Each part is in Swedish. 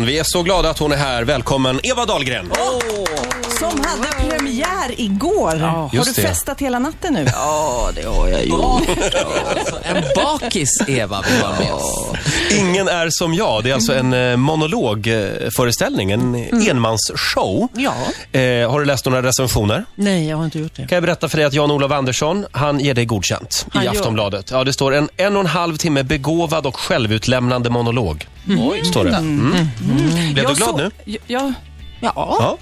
Vi är så glada att hon är här. Välkommen Eva Dahlgren! Som hade premiär igår. har du just det. festat hela natten nu? Ja, det har jag gjort. En bakis Eva vill vara med oss. Ingen är som jag. Det är alltså en eh, monologföreställning, en enmansshow. Ja. Eh, har du läst några recensioner? Nej, jag har inte gjort det. Kan jag berätta för dig att Jan-Olof Andersson, han ger dig godkänt Han i gör- Aftonbladet. Ja, det står en en och en halv timme begåvad och självutlämnande monolog. Står det. Mm. Blev du glad nu? nu? Ja, Ja.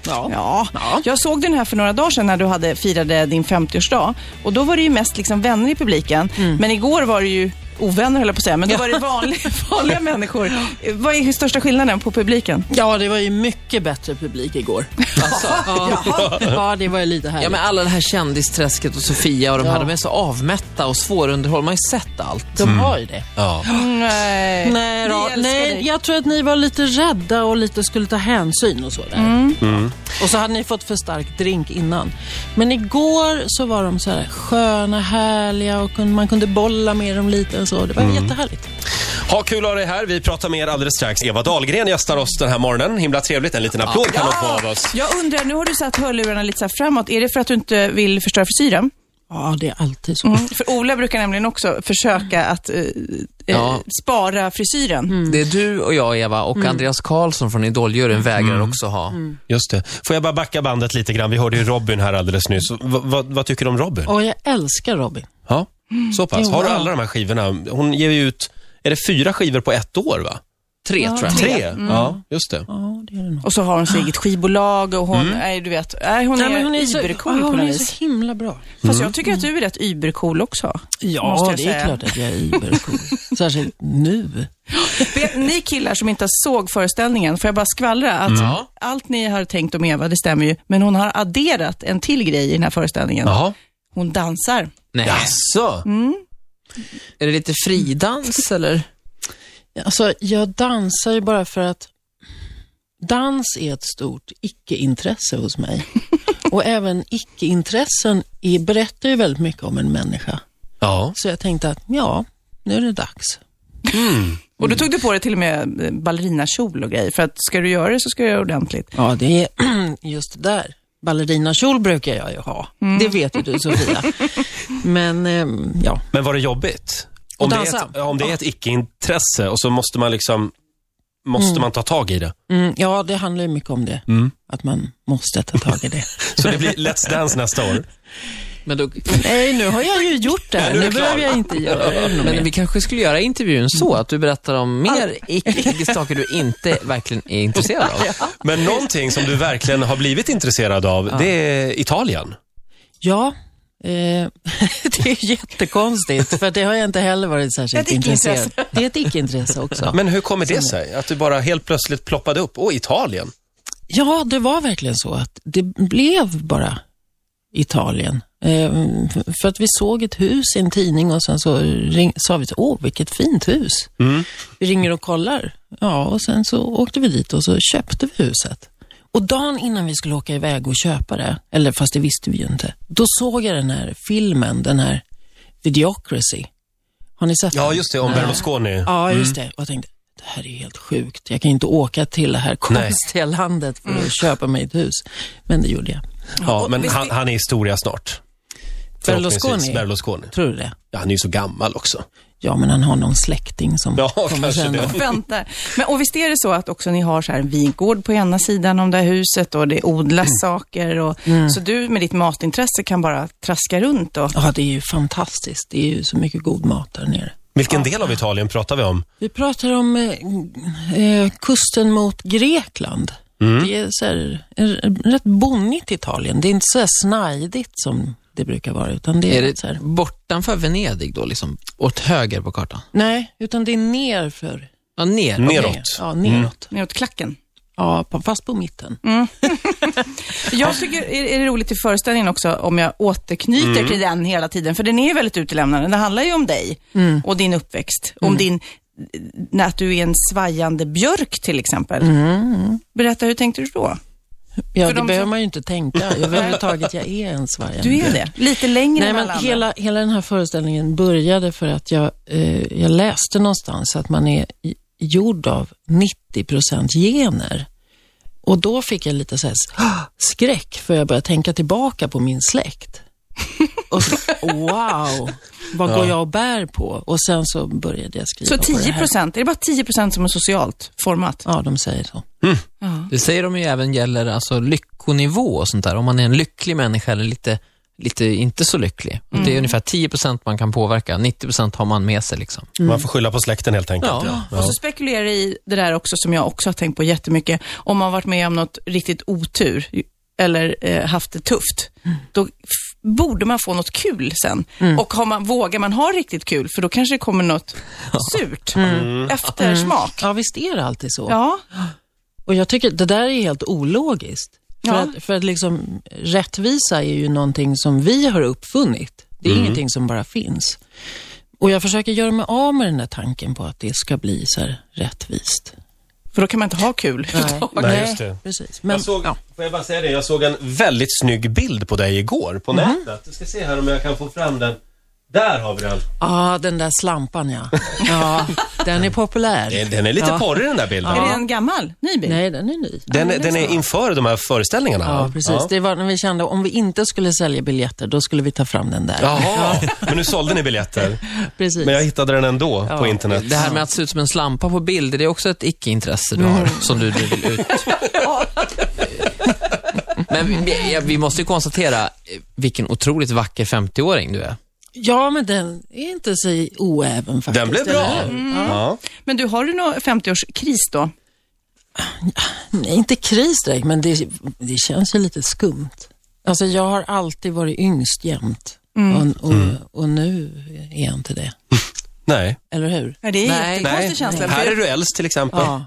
ja, ja. Ja. jag såg den här för några dagar sedan när du hade firade din 50-årsdag. Och då var det ju mest liksom vänner i publiken. Mm. Men igår var det ju ovänner höll jag på att säga, men då var det vanliga, vanliga människor. Eh, Vad är största skillnaden på publiken? Ja, det var ju mycket bättre publik igår. Alltså, ja. ja, det var ju lite härligt. Ja, men alla det här kändisträsket och Sofia och de här, de är så avmätta och svårunderhållna. Man har ju sett allt. De har ju det. ja. Nej. Nej, då, Vi älskar dig. nej, jag tror att ni var lite rädda och lite skulle ta hänsyn och så där. Mm. Mm. Och så hade ni fått för stark drink innan. Men igår så var de så här sköna, härliga och kun- man kunde bolla med dem lite och så. Det var Mm. jättehärligt. Ha kul att ha dig här. Vi pratar med er alldeles strax. Eva Dahlgren gästar oss den här morgonen. Himla trevligt. En liten applåd kan hon få av oss. Jag undrar, nu har du satt hörlurarna lite så här framåt. Är det för att du inte vill förstöra frisyren? Ja, det är alltid så. Mm. För Ola brukar nämligen också försöka att eh, eh, Ja. spara frisyren. Mm. Mm. Det är du och jag Eva och Andreas Karlsson från Idoljuryn vägrar också ha. Mm. Just det. Får jag bara backa bandet lite grann? Vi hörde ju Robin här alldeles nyss. V- vad- vad tycker du om Robin? Och jag älskar Robin. Ja, så pass. Jo, Har du ja. alla de här skivorna? Hon ger ju ut, är det fyra skivor på ett år va? Tre tror jag. Tre? Ja, just det. Ja, det är det nog. Och så har hon sitt eget skivbolag och hon, Mm. nej, du vet, nej, hon, Nej, men är, hon är så, ybercool ja, på hon något är vis. så himla bra. Fast jag tycker att du är rätt ybercool också. måste Ja, jag det är säga. klart att jag är ibercool. Särskilt nu. Vet Ni killar som inte såg föreställningen, får jag bara skvallra att allt ni har tänkt om Eva, det stämmer ju, men hon har adderat en till grej i den här föreställningen. Jaha. Hon dansar. Nej. Jaså? Är det lite fridans eller? Alltså, jag dansar ju bara för att dans är ett stort icke-intresse hos mig. Och även icke-intressen är, berättar ju väldigt mycket om en människa. Ja. Så jag tänkte att, ja, nu är det dags. Och då tog du på dig till och med eh, ballerinakjol och grejer, för att ska du göra det så ska du göra det ordentligt. Ja, det är just det där. Ballerinakjol brukar jag ju ha. Mm. Det vet ju du, Sofia. Men, ehm, ja. Men var det jobbigt? Om det, är dansa? ett, ja, om det är ett icke-intresse och så måste man liksom, måste man ta tag i det. Mm, ja, det handlar ju mycket om det. Att man måste ta tag i det. Så det blir Let's Dance nästa år. Men, då, Nej, nu har jag ju gjort det här. Nu är Nu det klart. behöver jag inte göra det. ännu mer. men vi kanske skulle göra intervjun Mm. så att du berättar om mer icke saker du inte verkligen är intresserad av. Men någonting som du verkligen har blivit intresserad av, det är Italien. Ja, eh, det är jättekonstigt för det har jag inte heller varit särskilt Ett icke-intresse. intresserad Det är ett icke-intresse också. Men hur kommer det sig? Att du bara helt plötsligt ploppade upp, åh, Italien. Ja, det var verkligen så att det blev bara Italien. Eh, för att vi såg ett hus i en tidning och sen så ring, sa vi, åh vilket fint hus. Mm. Vi ringer och kollar. Ja, och sen så åkte vi dit och så köpte vi huset. Och dagen innan vi skulle åka iväg och köpa det, eller fast det visste vi ju inte, då såg jag den här filmen, den här Videocracy. Har ni sett den? Ja, just det, om Berlusconi. Ja, just det. Och jag tänkte, det här är helt sjukt. Jag kan inte åka till det här konstiga landet för att köpa mig ett hus. Men det gjorde jag. Ja, men han, han är historia snart. Berlusconi? Förhoppningsvis. Berlusconi. Tror du det? Ja, han är ju så gammal också. Ja, men han har någon släkting som Ja, kommer kanske sen. det. och- väntar. Men, och visst är det så att också ni har så här en vingård på ena sidan om det här huset och det odlas saker. Och, Så du med ditt matintresse kan bara traska runt och Ja, det är ju fantastiskt. Det är ju så mycket god mat där nere. Vilken del av Italien pratar vi om? Vi pratar om eh, eh, kusten mot Grekland. Det är så här, en- rätt bonnigt Italien. Det är inte så här snajdigt som det brukar vara, utan det är, Är rätt så det här, bortanför Venedig då, liksom? Åt höger på kartan? Nej, utan det är nerför. Ja, ner. Neråt. Ja, neråt. neråt klacken. Ja, på- fast på mitten. Jag tycker är, är det roligt i föreställningen också om jag återknyter Mm. till den hela tiden. För den är ju väldigt utelämnande. Det handlar ju om dig Mm. och din uppväxt. Om din, när att du är en svajande björk till exempel. Mm. Berätta, hur tänkte du då? Ja, För det de behöver som- man ju inte tänka. Överhuvudtaget, jag är en svajande. Du är det. Lite längre Nej, än men alla andra. hela, hela den här föreställningen började för att jag, eh, jag läste någonstans att man är i- gjord av 90% gener. Och då fick jag lite så här "Ah!" skräck, för jag började tänka tillbaka på min släkt. Och så, wow, vad går jag och bär på? Och sen så började jag skriva Så på det 10 här. procent, är det bara 10 procent som är socialt format? Ja, de säger så. Det säger de ju även gäller alltså lyckonivå och sånt där. Om man är en lycklig människa eller lite, lite inte så lycklig. Och Det är ungefär 10% man kan påverka, 90% har man med sig liksom. Man får skylla på släkten helt enkelt. Ja. Och så spekulerar jag i det där också som jag också har tänkt på jättemycket. Om man har varit med om något riktigt otur eller eh, haft det tufft, Mm. då f- borde man få något kul sen. Och har man, vågar man ha riktigt kul, för då kanske det kommer något surt eftersmak. Mm. Ja, visst är det alltid så. Ja, Och jag tycker det där är helt ologiskt. För, Ja. att, för att liksom, rättvisa är ju någonting som vi har uppfunnit. Det är Mm. ingenting som bara finns. Och jag försöker göra mig av med den där tanken på att det ska bli så här rättvist. för då kan man inte ha kul. Nej, just det. Alltså- Precis. Men, Jag såg, ja. får jag bara säga det, jag såg en väldigt snygg bild på dig igår på nätet. Jag ska se här om jag kan få fram den. Där har vi den. ah, den där slampan ja. ja den är populär. Den- Den är lite Ja. porrig den där bilden. Är det en gammal, ny bil? Nej, den är ny. Den, är- den är inför de här föreställningarna. Ja, va? precis. Det var när vi kände om vi inte skulle sälja biljetter, då skulle vi ta fram den där. Jaha, men nu sålde ni biljetter. Precis. Men jag hittade den ändå på internet. Det här med att se ut som en slampa på bild, är det också ett icke-intresse du har, som du nu vill ut? Men vi, ja, vi måste ju konstatera eh, vilken otroligt vacker 50-åring du är. Ja, men den är inte så oäven faktiskt. Den blev bra. Mm. Ja. Men du, har du någon 50-årskris då? Nej, inte kris direkt, men det, det känns ju lite skumt. Alltså jag har alltid varit yngst jämt Mm. och, och, och nu är jag inte det. Nej. Eller hur? Nej, det är Nej, jättekonstig känsla. för Här jag- är du äldst till exempel. Ja.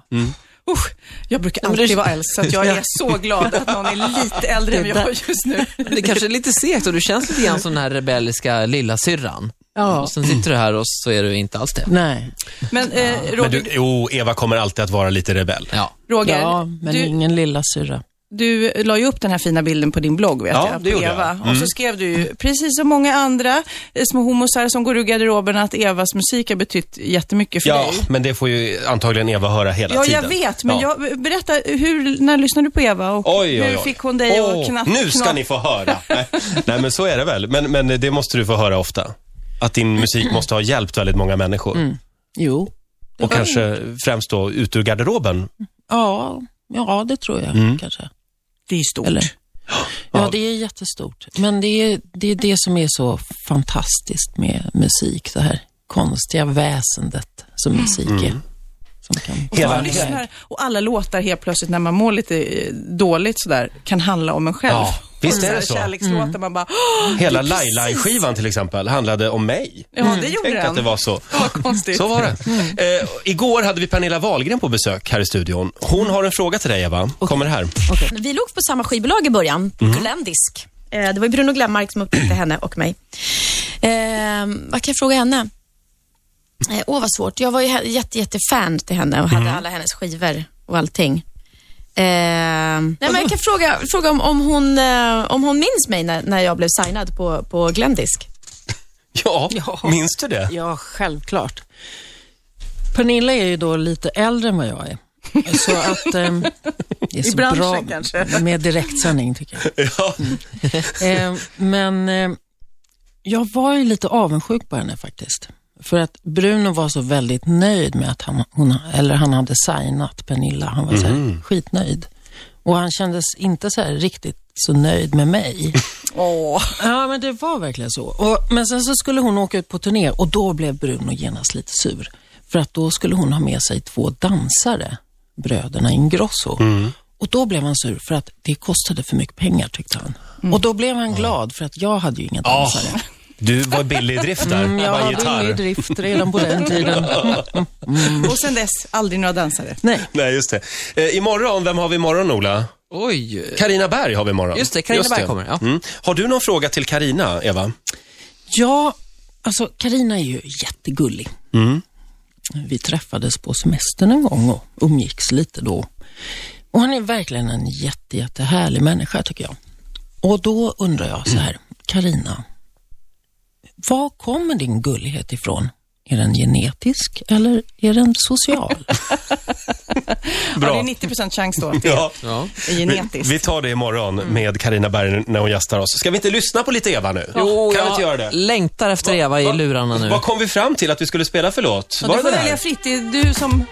Usch, jag brukar alltid vara äldst, så att jag är så glad att någon är lite äldre än jag just nu. Det kanske är lite segt och du känns lite grann som den här rebelliska lilla syrran. Ja. Och sen sitter du här och så är du inte alls det. Nej. Men eh, Men Roger, du, jo, Eva kommer alltid att vara lite rebell. Ja. Roger Ja, men du, ingen lilla syrra. du la ju upp den här fina bilden på din blogg, vet Ja, jag, det på gjorde Eva. jag. Mm. Och så skrev du ju, precis som många andra eh, små homosar som går ur garderoben, att Evas musik har betytt jättemycket för Ja, dig. men det får ju antagligen Eva höra hela Ja, tiden. jag vet, men Ja. jag, berätta, hur, när lyssnade du på Eva och Oj, oj, hur oj. fick hon dig att Åh, knapp, Nu ska knapp- ni få höra. Nej, nej, men så är det väl. Men, men det måste du få höra ofta. Att din musik måste ha hjälpt väldigt många människor. Mm. Jo. Och kanske främst då ut ur garderoben. Ja, ja det tror jag kanske. Det är stort. Eller? Ja, det är jättestort. Men det är, det är det som är så fantastiskt med musik, det här konstiga väsendet som musik är. Som kan... Och, Hela- man lyssnar, och alla låtar helt plötsligt när man mår lite eh, dåligt sådär kan handla om en själv. Ja, visst Och är det här så. Mm. Kärlekslåtar, man bara, "Åh, Hela det är precis- Laila-skivan till exempel handlade om mig. Ja, det gjorde Mm. Tänk den. att det var så. Vad konstigt. Så var det. Eh, igår hade vi Pernilla Wahlgren på besök här i studion. Hon har en fråga till dig, Eva. Kommer här. Vi låg på samma skivbolag i början, på Kullendisk. Eh, Det var ju Bruno Glenmark som upptäckte henne och mig. Eh, vad kan jag fråga henne? Eh, Åh, vad svårt. Jag var ju he- jätte, jättefan till henne och hade alla hennes skivor och allting. Eh, nej, men jag kan fråga, fråga om, om, hon, eh, om hon minns mig när, när jag blev signad på, på Glendisk. Ja, minns du det? Ja, självklart. Pernilla är ju då lite äldre än vad jag är. Så att ehm, det är så branschen bra kanske. med direktsändning tycker jag. Ja. Ehm, men ehm, jag var ju lite avundsjuk på henne faktiskt. För att Bruno var så väldigt nöjd med att han, hon, eller han hade signat Pernilla. Han var så här, skitnöjd. Och han kändes inte så här riktigt så nöjd med mig. Åh. Ja, men det var verkligen så. Och, men sen så skulle hon åka ut på turné och då blev Bruno genast lite sur. För att då skulle hon ha med sig två dansare, bröderna Ingrosso. Och då blev han sur för att det kostade för mycket pengar tyckte han. Mm. Och då blev han glad för att jag hade ju inga Ah, dansare. du var billig i drift där. Mm, jag Bara hade ju gitarr. i drift redan på den tiden. Mm. Och sen dess, aldrig några dansare. Nej, Nej, just det. Eh, imorgon, vem har vi imorgon, Ola? Oj. Karina Berg har vi imorgon. Just det, Carina Berg kommer, ja. Mm. Har du någon fråga till Karina, Eva? Ja, alltså Karina är ju jättegullig. Mm. Vi träffades på semestern en gång och umgicks lite då. Och han är verkligen en jätte, jättehärlig människa tycker jag. Och då undrar jag så här, Karina, var kommer din gullighet ifrån? Är den genetisk eller är den social? Ja, det Bra. är 90 chans då att det Ja. är genetiskt. Vi, vi tar det imorgon med Karina Berg när hon gästar oss. Ska vi inte lyssna på lite Eva nu? kan vi inte göra det? längtar efter Eva i lurarna nu. Vad kom vi fram till att vi skulle spela för låt? Ja, Var du det får den välja här? fritt. Det är du som,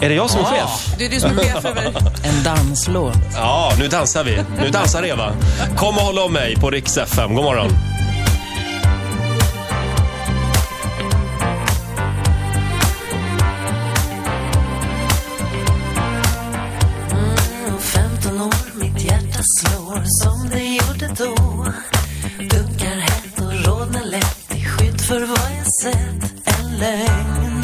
Är det jag som är chef? det är du som är chef över... En danslåt. Ja, nu dansar vi. Nu dansar Eva. Kom och håll om mig på Rix FM. God morgon. och 15 år mitt hjärta slår som det gjorde då Dunkar hett och rodnar lätt i skydd för vad jag sett En lögn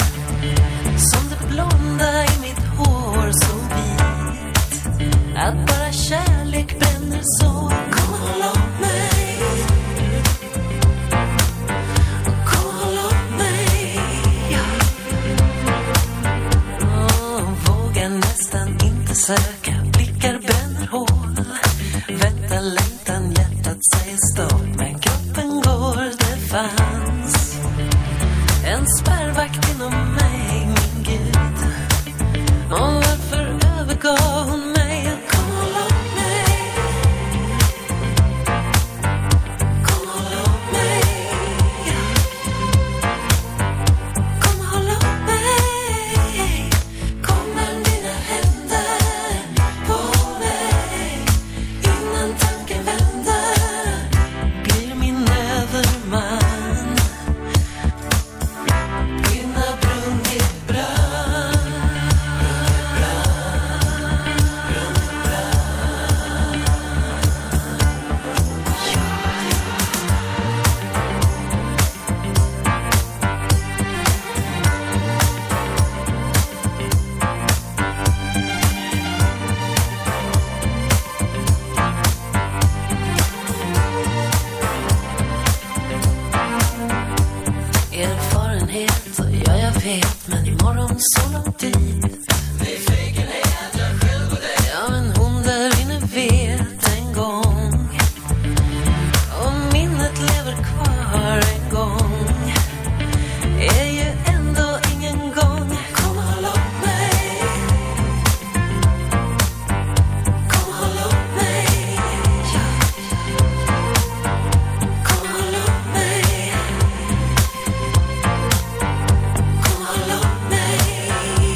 som det blonda i mitt hår så vit Att bara kärlek bränner så Kom och håll om mig Kom och håll om mig ja. Och vågar nästan inte söka Blickar bränner hål Väntar längtan, hjärtat säger stopp Men kroppen går, det fanns En spärrvakt inom mig, min Gud Och varför övergav hon mig? Kom och håll om mig Kom och håll om mig Ja. Kom och håll om mig Kommer dina händer på mig Innan tanken vänder Blir min överman Din har brunnit brann erfarenhet och ja, jag vet men imorgon så långt dit Nyfikenhet, jag själv och dig Ja, men hon där inne vet en gång Och minnet lever kvar en gång Är ju ändå ingen gång Kom och håll om mig Kom och håll om mig ja. Kom och håll om mig Kom och håll om mig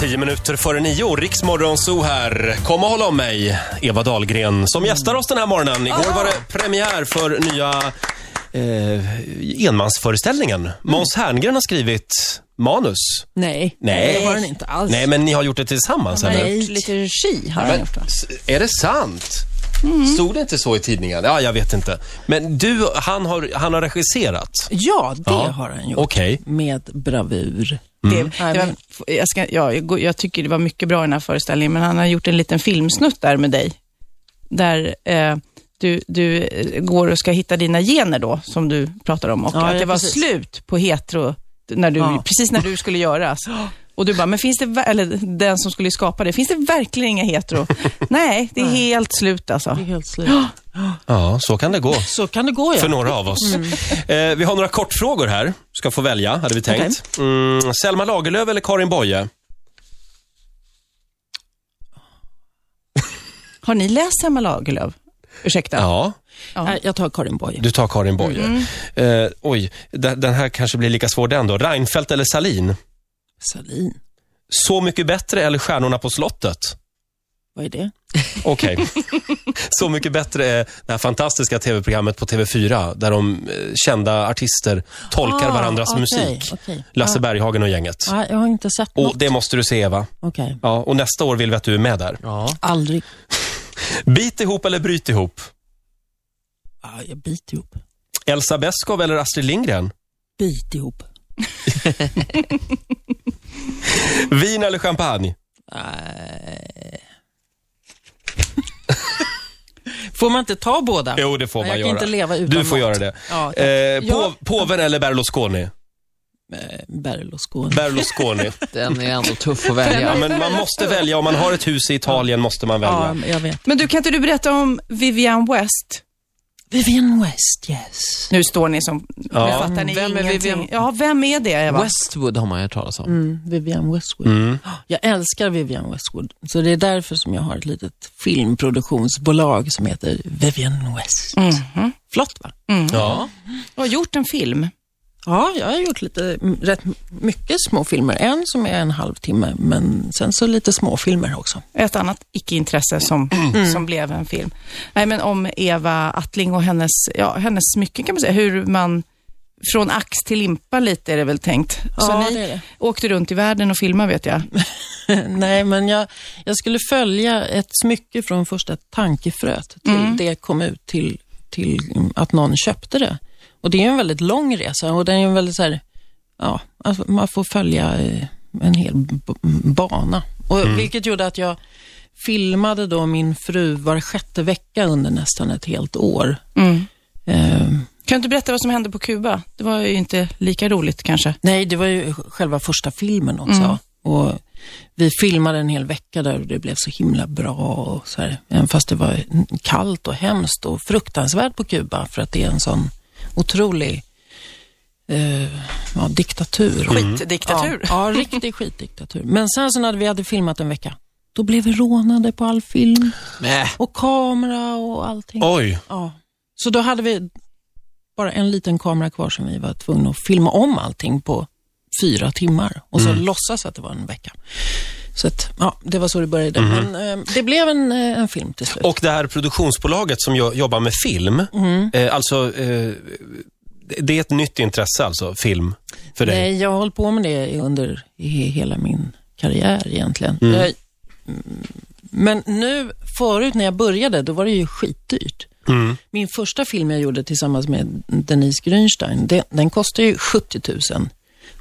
Tio minuter före nio, Riksmorgonzoo här. Kom och håll om mig, Eva Dahlgren, som gästar oss den här morgonen. Igår var det premiär för nya eh, enmansföreställningen. Måns Herngren har skrivit manus. Mm. Nej, Nej. det var den inte alls. Nej, men ni har gjort det tillsammans, Han har eller? gjort lite regi har han Men, gjort. va? s- är det sant? Stod det inte så i tidningen? Ja, jag vet inte. Men du, han har, han har regisserat. Ja, det Ja. har han gjort. Okej. Med bravur. Det, det var, jag, ska, ja, jag, går- jag tycker det var mycket bra i den här föreställningen, men han har gjort en liten filmsnutt där med dig. Där eh, du, du eh, går och ska hitta dina gener då, som du pratar om. Och Ja, att det ja, var precis. slut på hetero, när du, Ja. precis när du skulle göras. Och du bara, men finns det, ver- eller den som skulle skapa det, finns det verkligen inga hetero? Nej, det är helt slut alltså. Helt slut. Ja, så kan det gå. Så kan det gå, ja. För några av oss. Eh, vi har några kortfrågor här. Ska få välja, hade vi tänkt. Mm, Selma Lagerlöf eller Karin Boye? Har ni läst Selma Lagerlöf? Ursäkta. Ja, Nej, Jag tar Karin Boye. du tar Karin Boye. Eh, oj, d- den här kanske blir lika svår den då. Reinfeldt eller Salin? Salin. Så mycket bättre eller Stjärnorna på slottet? Vad är det? Okej. Så mycket bättre är det här fantastiska tv-programmet på TV4 där de eh, kända artister tolkar Ah, varandras okej, musik. okej. Lasse Ah. Berghagen och gänget. Ja, jag har inte sett Och något. det måste du se, Eva. Okej. Ja, och nästa år vill vi att du är med där. Ja. Aldrig. Bit ihop eller bryt ihop? Ja, Ah, jag biter ihop. Elsa Beskow eller Astrid Lindgren? Bit ihop. Vin eller champagne? Får man inte ta båda? Jo, det får Nej, man jag göra. kan inte leva utan du får mat. göra det. Ja, tack. Eh, på, Ja. Påven eller Berlusconi? Eh, Berlusconi. Berlusconi. Den är ändå tuff att välja. ja, men man måste välja. Om man har ett hus i Italien måste man välja. ja, men jag vet. Men du, kan inte du berätta om Vivian West? Vivienne West, yes. Nu står ni som... Ja. Nu fattar ni Vem är ingenting. Vivian- Ja, vem är det, Eva? Westwood har man ju hört talas om. Mm, Vivienne Westwood. Mm. Ah, Jag älskar Vivienne Westwood. Så det är därför som jag har ett litet filmproduktionsbolag som heter Vivienne West. Flott va? Ja. Du har gjort en film. Ja, jag har gjort lite, m- rätt mycket småfilmer. En som är en halvtimme, men sen så lite småfilmer också. Ett annat icke-intresse som, Mm. Mm. som blev en film. Nej, men om Eva Attling och hennes, ja, hennes smycken kan man säga. Hur man... Från ax till limpa lite är det väl tänkt. Så Ja, ni det är det. åkte runt i världen och filmade vet jag. Nej, men jag, jag skulle följa ett smycke från första tankefröet till det kom ut till, till mm, att någon köpte det. Och det är ju en väldigt lång resa och den är ju en väldigt så här, ja, alltså man får följa eh, en hel b- bana. Och, Vilket gjorde att jag filmade då min fru var sjätte vecka under nästan ett helt år. Ehm, Kan du inte berätta vad som hände på Kuba? Det var ju inte lika roligt kanske. Nej, det var ju själva första filmen också. Och vi filmade en hel vecka där och det blev så himla bra. Och så här. Även fast det var kallt och hemskt och fruktansvärt på Kuba för att det är en sån otrolig eh, ja, diktatur. Mm. Skitdiktatur. Ja, ja, riktig skitdiktatur. Men sen så när vi hade filmat en vecka, då blev vi rånade på all film Mm. Nej. och kamera och allting. Oj. Ja. Så då hade vi bara en liten kamera kvar som vi var tvungna att filma om allting på fyra timmar och så låtsas att det var en vecka. Så att, ja, det var så det började. Men eh, det blev en, eh, en film till slut. Och det här produktionsbolaget som jo- jobbar med film, Mm. eh, alltså, eh, det- det är ett nytt intresse alltså, film, för dig? Nej, jag har hållit på med det under he- hela min karriär egentligen. Jag, mm, men nu, förut när jag började, då var det ju skitdyrt. Mm. Min första film jag gjorde tillsammans med Denise Grünstein, det, den kostade ju 70 000.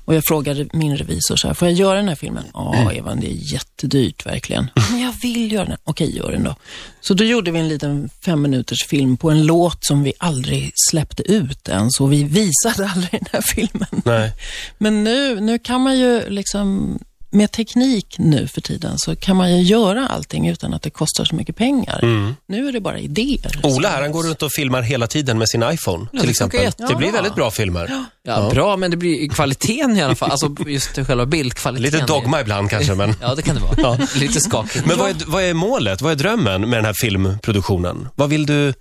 Och jag frågade min revisor så här, får jag göra den här filmen? Ja, Mm. Evan, det är jättedyrt verkligen. Men jag vill göra den. Okej, gör den då. Så då gjorde vi en liten fem minuters film på en låt som vi aldrig släppte ut ens och vi visade aldrig den här filmen. Nej. Men nu, nu kan man ju liksom, med teknik nu för tiden, så kan man ju göra allting utan att det kostar så mycket pengar. Nu är det bara idéer. Mm. Ola här, han går runt och filmar hela tiden med sin iPhone, till det exempel. funkar Det blir jättebra. väldigt bra filmer. Ja, Bra, men det blir kvaliteten i alla fall. Alltså just själva bildkvaliteten. Lite är- dogma ibland kanske, men... Ja, det kan det vara. Lite skakigt. Men vad är, vad är målet? Vad är drömmen med den här filmproduktionen? Vad vill du...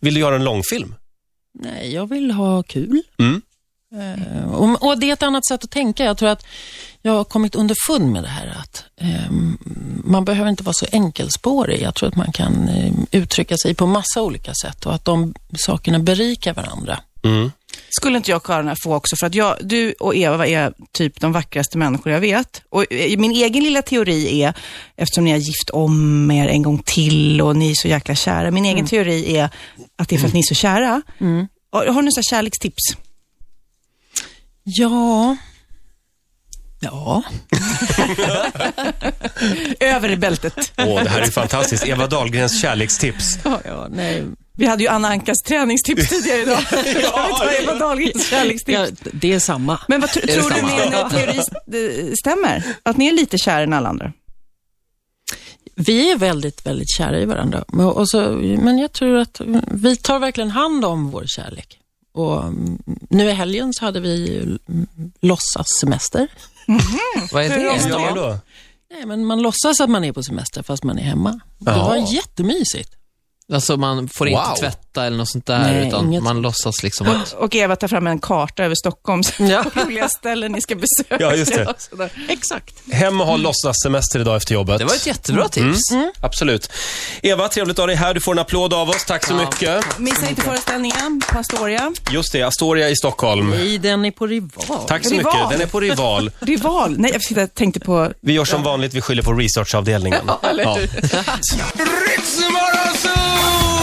Vill du göra en långfilm? Nej, jag vill ha kul. Mm. Eh, Och, och det är ett annat sätt att tänka. Jag tror att jag har kommit underfund med det här att ehm, man behöver inte vara så enkelspårig. Jag tror att man kan ehm, uttrycka sig på massa olika sätt och att de sakerna berikar varandra. Mm. Skulle inte jag och Karin få också, för att jag, du och Eva är typ de vackraste människor jag vet. Och eh, min egen lilla teori är, eftersom ni har gift om er en gång till och ni är så jäkla kära, min egen teori är att det är för att ni är så kära. Har har ni så här kärlekstips? Ja. Ja. Över bältet. Åh, det här är fantastiskt. Eva Dahlgrens kärlekstips. ja, ja nej. Vi hade ju Anna Ankas träningstips tidigare idag. Jag vill ta Eva Dahlgrens kärlekstips. Ja, det är samma. Men vad tr- det tror du samma? min eh, teori st- eh, stämmer? Att ni är lite kära än alla andra? Vi är väldigt, väldigt kära i varandra. Men, och så, men jag tror att vi tar verkligen hand om vår kärlek. Och mm, nu i helgen så hade vi mm, låtsassemester. Vad är Hur det? gör man då? Nej, men man låtsas att man är på semester fast man är hemma. Det Jaha. var jättemysigt. Alltså man får Wow. inte tvätta eller något sånt där, Nej, utan inget. man låtsas liksom att... Och Eva tar fram en karta över Stockholms roliga ställen ni ska besöka. Ja, just det. och sådär. Exakt. Hem och ha låtsassemester idag efter jobbet. Mm. Det var ett jättebra Mm. tips. Absolut. Eva, trevligt att ha dig här. Du får en applåd av oss. Tack så Ja. mycket. Missa inte föreställningen på Astoria. Just det, Astoria i Stockholm. Nej, den är på Rival. Tack så Rival. mycket. Den är på Rival. Rival. Nej, jag sitter- jag tänkte på... Vi gör som vanligt, vi skyller på researchavdelningen. Ja, eller hur? Ja. Ritzmorgonzoo!